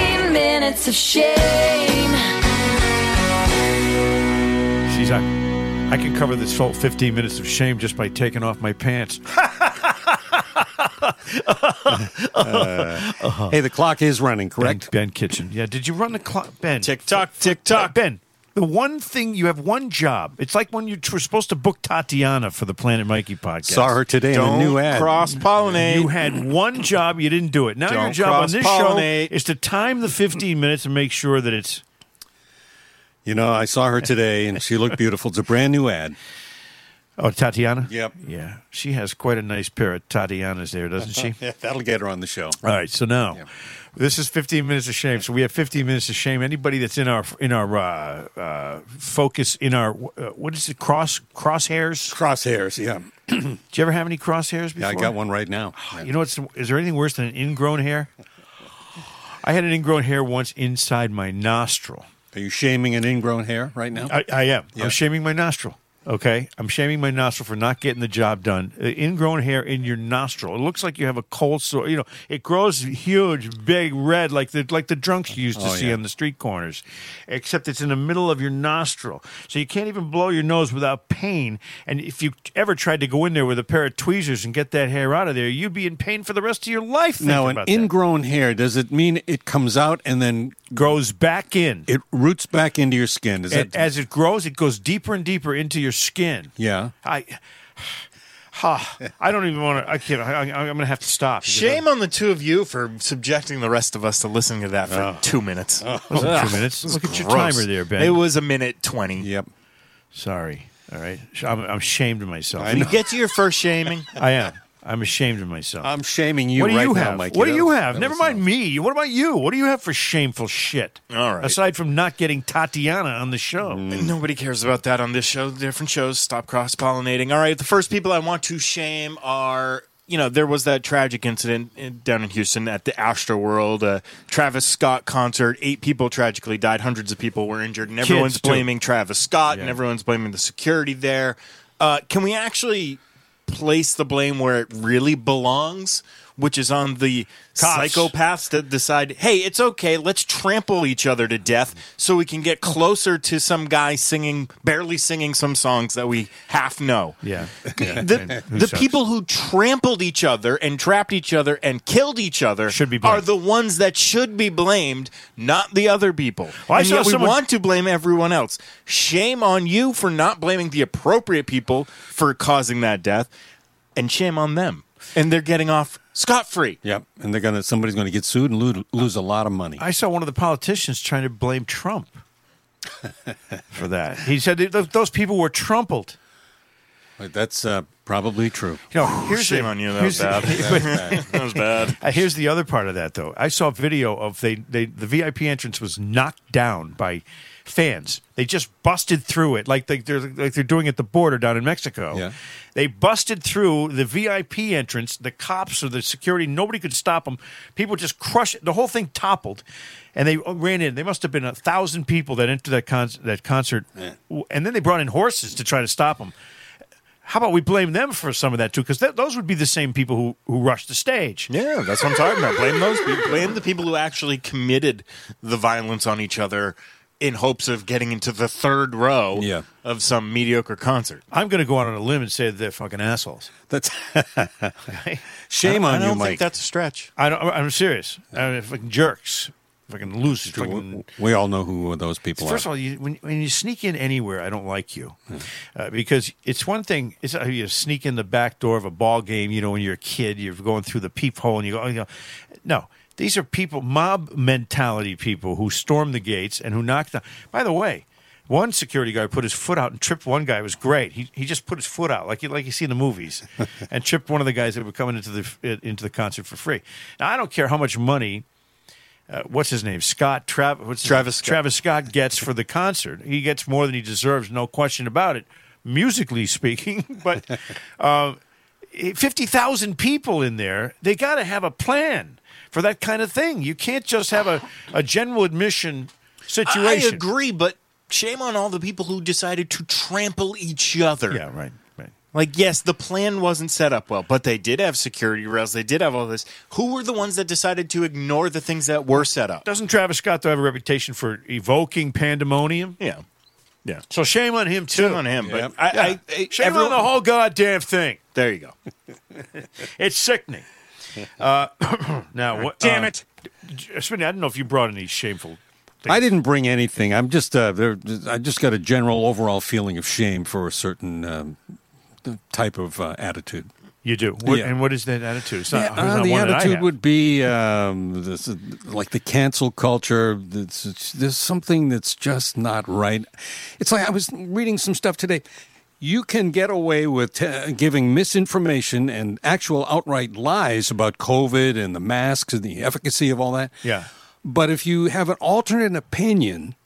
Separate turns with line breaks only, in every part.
sense of shame.
She's I, I can cover this whole 15 minutes of shame just by taking off my pants.
Hey, the clock is running,
Ben,
correct?
ben Kitchen. Yeah, did you run the clock? Ben.
Tick tock, tick tock.
Ben, the one thing you have one job. It's like when you t- were supposed to book Tatiana for the Planet Mikey podcast.
Saw her today in a
Don't
new ad.
cross pollinate.
You had one job, you didn't do it. Now your
Don't
job on this show
cross-pollinate.
is to time the 15 minutes and make sure that it's.
You know, I saw her today and she looked beautiful. It's a brand new ad.
Oh, Tatiana?
Yep.
Yeah. She has quite a nice pair of Tatianas there, doesn't she?
Yeah, that'll get her on the show.
All right, so now this is 15 minutes of shame. So we have 15 minutes of shame. Anybody that's in our in our uh, uh, focus in our uh, what is it cross crosshairs?
Crosshairs, yeah.
Did you ever have any crosshairs before?
Yeah, I got one right now.
You know what's is there anything worse than an ingrown hair? I had an ingrown hair once inside my nostril.
Are you shaming an ingrown hair right now?
I, I am.
Yeah.
I'm shaming my nostril. Okay, I'm shaming my nostril for not getting the job done. Uh, Ingrown hair in your nostril. It looks like you have a cold sore. You know, it grows huge, big, red, like the like the drunks you used to
Oh,
see
yeah.
on the street corners. Except it's in the middle of your nostril, so you can't even blow your nose without pain. And if you ever tried to go in there with a pair of tweezers and get that hair out of there, you'd be in pain for the rest of your life. thinking
now, an
about that.
ingrown hair, does it mean it comes out and then
grows back in.
it roots back into your skin? Is
And
that
as it grows, it goes deeper and deeper into your skin.
Yeah.
I, ha, I don't even want to. I can't. I, I, I'm going to have to stop. because
Shame on the two of you for subjecting the rest of us to listening to that for two minutes.
I- Wasn't two minutes. Look at your
Oh. Gross.
timer there, Ben.
It was a minute twenty.
Yep.
Sorry. All right. Sh- I'm, I'm ashamed of myself. I,
You get to your first shaming.
am. I'm ashamed of myself.
I'm shaming you
what do
right
you
now,
have?
Mike.
what do you have?
That
Never
was uh,
mind
nice.
me. What about you? What do you have for shameful shit?
All right. Mm.
Aside from not getting Tatiana on the show.
Nobody cares about that on this show. Different shows stop cross pollinating. All right, the first people I want to shame are. You know, there was that tragic incident in, down in Houston at the Astroworld, a Travis Scott concert. Eight people tragically died, hundreds of people were injured, and everyone's
too.
blaming Travis Scott and everyone's blaming the security there. Uh, can we actually place the blame where it really belongs, which is on the
Cops.
psychopaths that decide, hey, it's okay, let's trample each other to death so we can get closer to some guy singing, barely singing some songs that we half know.
Yeah.
The, the
sucks?
people who trampled each other and trapped each other and killed each other
Should be blamed.
are the ones that should be blamed, not the other people.
Well, I
and
saw
yet we
someone-
want to blame everyone else. Shame on you for not blaming the appropriate people for causing that death, and shame on them. And they're getting off scot free.
Yep. And they're gonna somebody's gonna get sued and lose, lose a lot of money.
I saw one of the politicians trying to blame Trump for that. He said that th- those people were trampled.
But That's uh, probably true.
You know, here's
Shame
the-
on you. That
here's
was bad.
the-
that was bad.
Uh, Here's the other part of that, though. I saw a video of they, they the VIP entrance was knocked down by fans. They just busted through it, like they, they're like they're doing at the border down in Mexico.
Yeah.
They busted through the VIP entrance. The cops or the security, nobody could stop them. People just crushed it. The whole thing toppled, and they ran in. They must have been a thousand people that entered that con- that concert, W- and then they brought in horses to try to stop them. How about we blame them for some of that too? Because those would be the same people who, who rushed the stage.
Yeah, that's what I'm talking about. Blame those people. Blame the people who actually committed the violence on each other in hopes of getting into the third row
Yeah.
of some mediocre concert.
I'm going to go out on a limb and say that they're fucking assholes.
That's
Okay?
shame on
I don't
you,
think
Mike.
that's a stretch.
I don't, I'm serious. I mean, fucking jerks. Fucking losers. Fucking,
we all know who those people
first of
are.
all, you, when, when you sneak in anywhere, I don't like you uh, because it's one thing. It's uh, you sneak in the back door of a ball game. You know, when you're a kid, you're going through the peephole and you go, oh, you know, no. These are people, mob mentality people who storm the gates and who knock down. By the way, one security guard put his foot out and tripped one guy. It was great. He, he just put his foot out like you like you see in the movies, and tripped one of the guys that were coming into the into the concert for free. Now I don't care how much money, uh, what's his name, Scott Trav, what's his-
Travis Scott.
Travis Scott gets for the concert. He gets more than he deserves, no question about it, musically speaking. But uh, fifty thousand people in there, they got to have a plan for that kind of thing. You can't just have a, a general admission situation.
I agree, but shame on all the people who decided to trample each other.
Yeah, right, right.
Like, yes, the plan wasn't set up well, but they did have security rails. They did have all this. Who were the ones that decided to ignore the things that were set up?
Doesn't Travis Scott though have a reputation for evoking pandemonium?
Yeah. Yeah.
So shame on him too.
Shame on him.
Yep.
But I, I, I-
Shame
everyone-
on the whole goddamn thing.
There you go.
It's sickening. Uh, now what?
Damn
uh,
it.
Smitty, I don't know if you brought any shameful.
I didn't bring anything. I'm just uh, there, I just got a general overall feeling of shame for a certain um, type of uh, attitude.
You do. What,
Yeah.
And what is that attitude? It's not,
Yeah,
it's
uh,
not
the
one that I
attitude
have.
would be um, this, like the cancel culture. It's, it's, there's something that's just not right. It's like I was reading some stuff today. You can get away with t- giving misinformation and actual outright lies about COVID and the masks and the efficacy of all that.
Yeah.
But if you have an alternate opinion,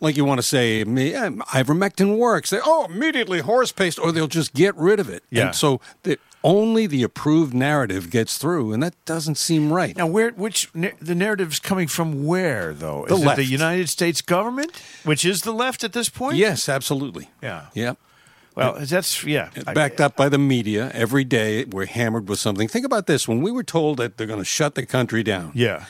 like you want to say, "Me- yeah, ivermectin works, they, oh, immediately horse paste, or they'll just get rid of it.
Yeah.
And so the, only the approved narrative gets through, and that doesn't seem right.
Now, where which na- the narrative's coming from? Where though? Is
The
it
left.
the United States government, which is the left at this point?
yes, absolutely.
Yeah.
Yeah.
Well, that's yeah. I-
Backed up by the media. Every day we're hammered with something. Think about this when we were told that they're going to shut the country down.
yeah.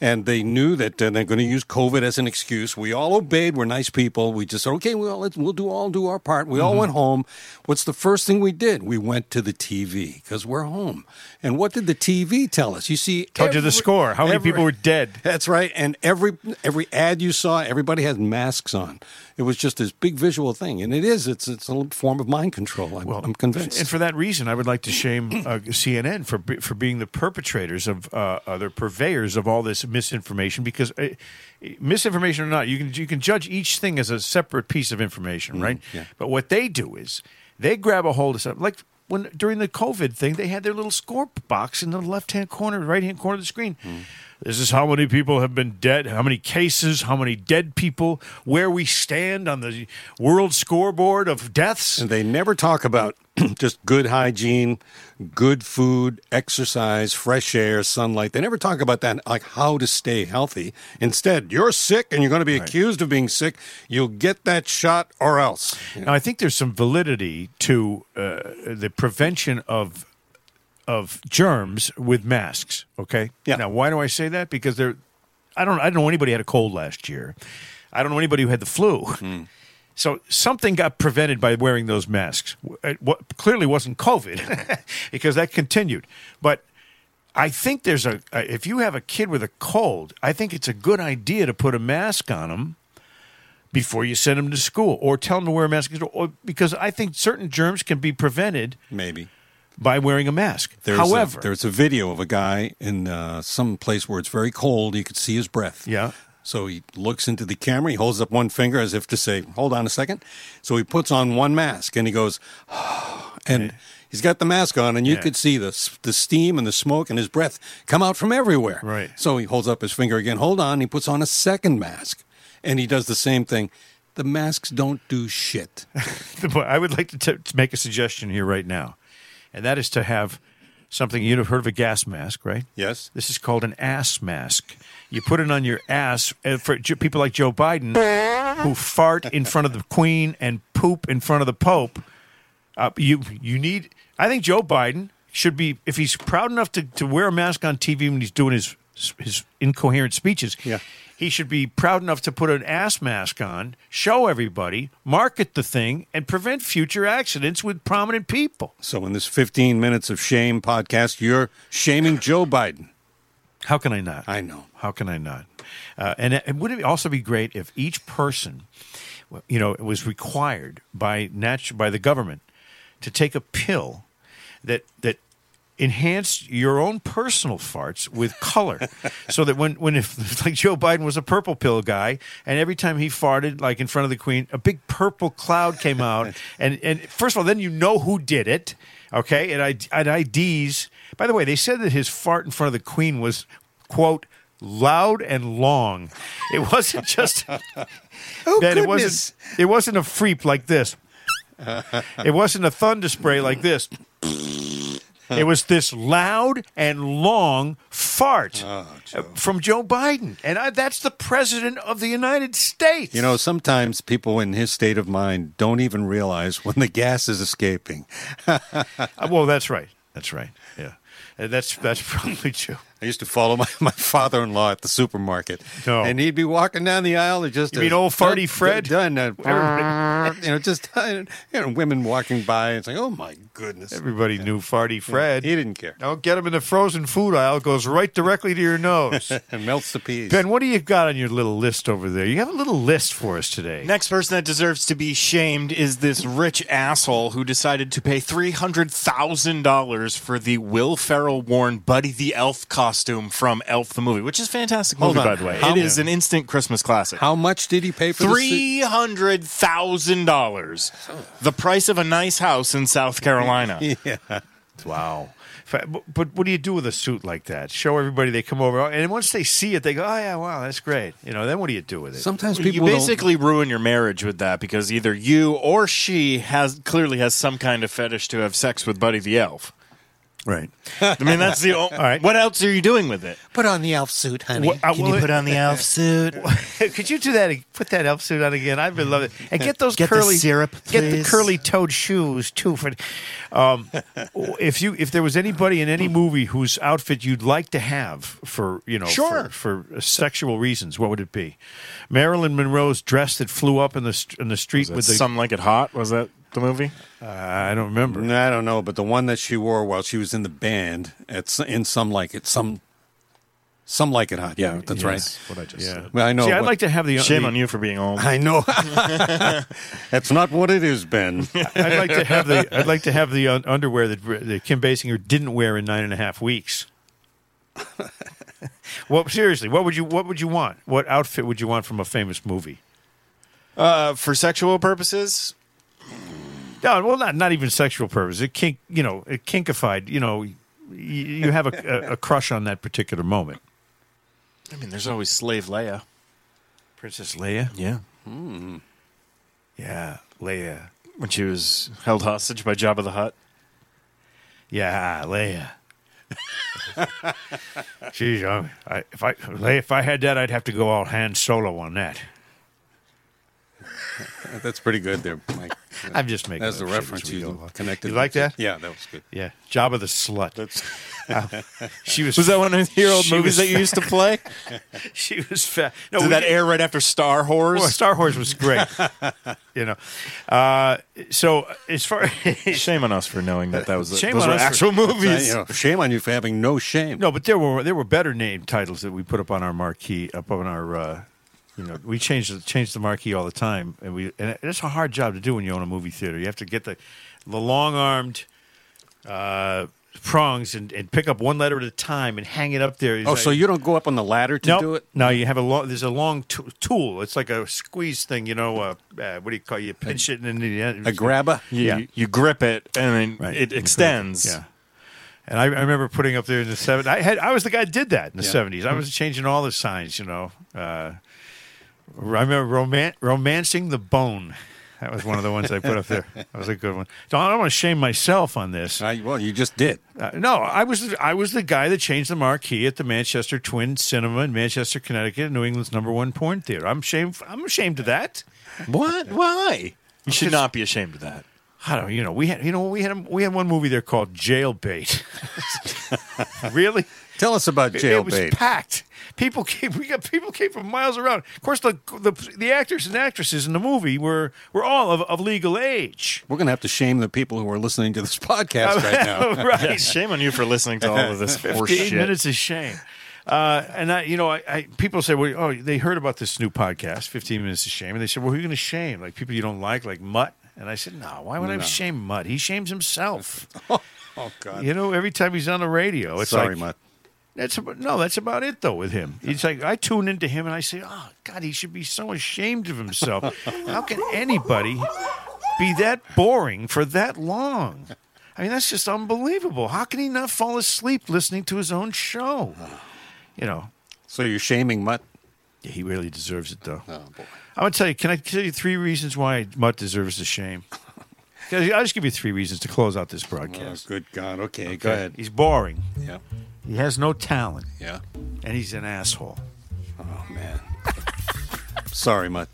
And they knew that uh, they're going to use COVID as an excuse. We all obeyed. We're nice people. We just said, okay, well, let's, we'll do all do our part. We
Mm-hmm.
all went home. What's the first thing we did? We went to the TV because we're home. And what did the TV tell us? You see,
Told you the score. How many
every-
people were dead?
That's right. And every every ad you saw, everybody had masks on. It was just this big visual thing, and it is. It's it's a form of mind control. I'm, I'm convinced.
And for that reason, I would like to shame uh, CNN for be- for being the perpetrators of uh, other purveyors of all this misinformation. Because uh, misinformation or not, you can you can judge each thing as a separate piece of information, right?
Mm, yeah.
But what they do is they grab a hold of something like. When during the COVID thing, they had their little score box in the left hand corner, right hand corner of the screen.
Mm.
This is how many people have been dead, how many cases, how many dead people, where we stand on the world scoreboard of deaths.
And they never talk about just good hygiene, good food, exercise, fresh air, sunlight. They never talk about that, like how to stay healthy. Instead, you're sick and you're going to be accused of being sick. You'll get that shot or else.
Now, I think there's some validity to uh, the prevention of of germs with masks. Okay.
Yeah.
Now, why do I say that? Because there, I don't, I don't know anybody who had a cold last year. I don't know anybody who had the flu. So something got prevented by wearing those masks. It wa- clearly wasn't COVID because that continued. But I think there's a if you have a kid with a cold, I think it's a good idea to put a mask on them before you send them to school or tell them to wear a mask or, because I think certain germs can be prevented
Maybe.
by wearing a mask.
There's
However,
a, there's a video of a guy in uh, some place where it's very cold. You could see his breath.
Yeah.
So he looks into the camera. He holds up one finger as if to say, "Hold on a second. So he puts on one mask and he goes, and he's got the mask on, and you
Yeah.
could see the s- the steam and the smoke and his breath come out from everywhere.
Right.
So he holds up his finger again. Hold on. He puts on a second mask, and he does the same thing. The masks don't do shit.
But I would like to, t- to make a suggestion here right now, and that is to have something you'd have heard of a gas mask, right?
Yes.
This is called an ass mask. You put it on your ass uh, for j- people like Joe Biden who fart in front of the Queen and poop in front of the Pope. Uh, you you need. I think Joe Biden should be if he's proud enough to, to wear a mask on TV when he's doing his his incoherent speeches.
Yeah.
He should be proud enough to put an ass mask on, show everybody, market the thing, and prevent future accidents with prominent people.
So in this 15 minutes of shame podcast, you're shaming Joe Biden.
How can I not?
I know.
How can I not? Uh, and, and would it also be great if each person, you know, was required by natu- by the government to take a pill that that enhanced your own personal farts with color, so that when when if like Joe Biden was a purple pill guy, and every time he farted like in front of the Queen, a big purple cloud came out, and and first of all, then you know who did it, okay? And I and IDs. By the way, they said that his fart in front of the Queen was quote loud and long. It wasn't just
Oh
that it wasn't it wasn't a freep like this. It wasn't a thunder spray like this. It was this loud and long fart
Oh,
uh, from Joe Biden, and I, that's the president of the United States.
You know, sometimes people in his state of mind don't even realize when the gas is escaping.
Uh, well, that's right. That's right. Yeah, Uh, that's that's probably true.
I used to follow my, my father in law at the supermarket.
No.
And he'd be walking down the aisle and just.
You mean old farty Fred?
Done. uh, you know, just uh, you know, women walking by and saying, oh my goodness.
Everybody knew Farty Fred.
He didn't care.
Don't get him in the frozen food aisle. It Goes right directly to your nose.
And melts the peas.
ben, what do you got on your little list over there? You have a little list for us today.
Next person that deserves to be shamed is this rich asshole who decided to pay three hundred thousand dollars for the Will Ferrell worn Buddy the Elf costume from Elf the movie, which is a fantastic
Hold
movie
on.
by the way.
How-
it is an instant Christmas classic.
How much did he pay for the suit?
Three hundred thousand dollars, the price of a nice house in South Carolina.
Wow. Fa- But, but what do you do with a suit like that? Show everybody they come over, and once they see it, they go, "Oh yeah, wow, that's great." You know. Then what do you do with it?
Sometimes
you
people don't.
basically ruin your marriage with that because either you or she has clearly has some kind of fetish to have sex with Buddy the Elf.
right.
I mean, that's the. o-
right.
What else are you doing with it?
Put on the elf suit, honey.
Well, uh,
Can
well,
you put on the elf suit?
Could you do that? ag- Put that elf suit on again. I've been loving it. And get those
Get the
curly
syrup,
Get the
please.
curly toed shoes too. For um, if you if there was anybody in any movie whose outfit you'd like to have for you know
Sure.
for, for sexual reasons, what would it be? Marilyn Monroe's dress that flew up in the st- in the street with the
Some like it hot. Was that the movie?
I don't remember.
No, I don't know, but the one that she wore while she was in the band at s- in some like it some some like it hot. Yeah, that's right.
What I just
Yeah.
Well, I know
See, I'd
what-
like to have the
Shame
the-
on you for being old.
I know. that's not what it is, Ben.
I'd like to have the I'd like to have the un- underwear that, that Kim Basinger didn't wear in nine and a half weeks. well, seriously, what would you what would you want? What outfit would you want from a famous movie?
Uh, for sexual purposes,
No, well, not not even sexual purpose. It kink, you know, it kinkified. You know, you, you have a, a, a crush on that particular moment.
I mean, there's always Slave Leia.
Princess Leia.
Yeah.
Yeah, Leia.
When she was held hostage by Jabba the Hutt.
Yeah, Leia. Jeez, I, I, if I Leia, if I had that, I'd have to go all hand solo on that.
That's pretty good there, Mike.
I'm just making
That's the
up shit
reference
as we
you
go.
connected.
You like
the two.
that?
Yeah, that was good.
Yeah, Jabba the slut. she was.
Was that one of your old
She
movies
was-
that you used to play?
She was fat. No,
Did
we
that
did-
air right after Star Wars?
well, Star Wars was great. you know. Uh, so as far
Shame on us for knowing that that was
Shame
those
on
were
us for-
actual movies.
You know, shame on you for having no shame.
no, but there were there were better name titles that we put up on our marquee, up on our. Uh, you know, we change the change the marquee all the time, and we and it's a hard job to do when you own a movie theater. You have to get the the long armed. Uh, prongs and, and pick up one letter at a time and hang it up there. It's
Oh,
like-
so you don't go up on the ladder to
Nope.
do it?
No, you have a long. There's a long t- tool. It's like a squeeze thing. You know, uh, uh, what do you call it? you pinch it and then you,
A grabber?
You,
Yeah.
you grip it and then
Right.
it extends.
Yeah. And I, I remember putting up there in the seven. I had I was the guy that did that in the
Yeah.
seventies. I was changing all the signs. You know, uh, I remember roman- romancing the bone. That was one of the ones I put up there. That was a good one. So I don't want to shame myself on this.
I, well, you just did.
Uh, no, I was I was the guy that changed the marquee at the Manchester Twin Cinema in Manchester, Connecticut, New England's number one porn theater. I'm ashamed. I'm ashamed of that.
What? Why? You should not be ashamed of that.
I don't. You know, we had. You know, we had. a- We had one movie there called Jailbait. really?
Tell us about
It- It was
jailbait.
packed. People came. We got people came from miles around. Of course, the the, the actors and actresses in the movie were were all of, of legal age.
We're going to have to shame the people who are listening to this podcast right now.
right.
Shame on you for listening to all of this horse
15
shit.
minutes is shame. Uh, and I, you know, I, I people say, well, oh, they heard about this new podcast, 15 Minutes of Shame. And they said, well, who are you going to shame? Like people you don't like, like Mutt? And I said, no, why would I shame Mutt? He shames himself.
Oh, God.
you know, every time he's on the radio, it's
Sorry,
like,
Mutt.
that's about, no, that's about it though with him. It's like I tune into him and I say, "Oh God, he should be so ashamed of himself. How can anybody be that boring for that long?" I mean, that's just unbelievable. How can he not fall asleep listening to his own show? You know,
So you're shaming Mutt?
yeah, he really deserves it though.
Oh, boy.
I'm gonna tell you. Can I tell you three reasons why Mutt deserves the shame? I'll just give you three reasons to close out this broadcast.
Oh, good God. Okay, go
Okay.
ahead.
He's boring.
Yeah.
He has no talent,
Yeah.
and he's an asshole.
Oh, man. Sorry, Mutt.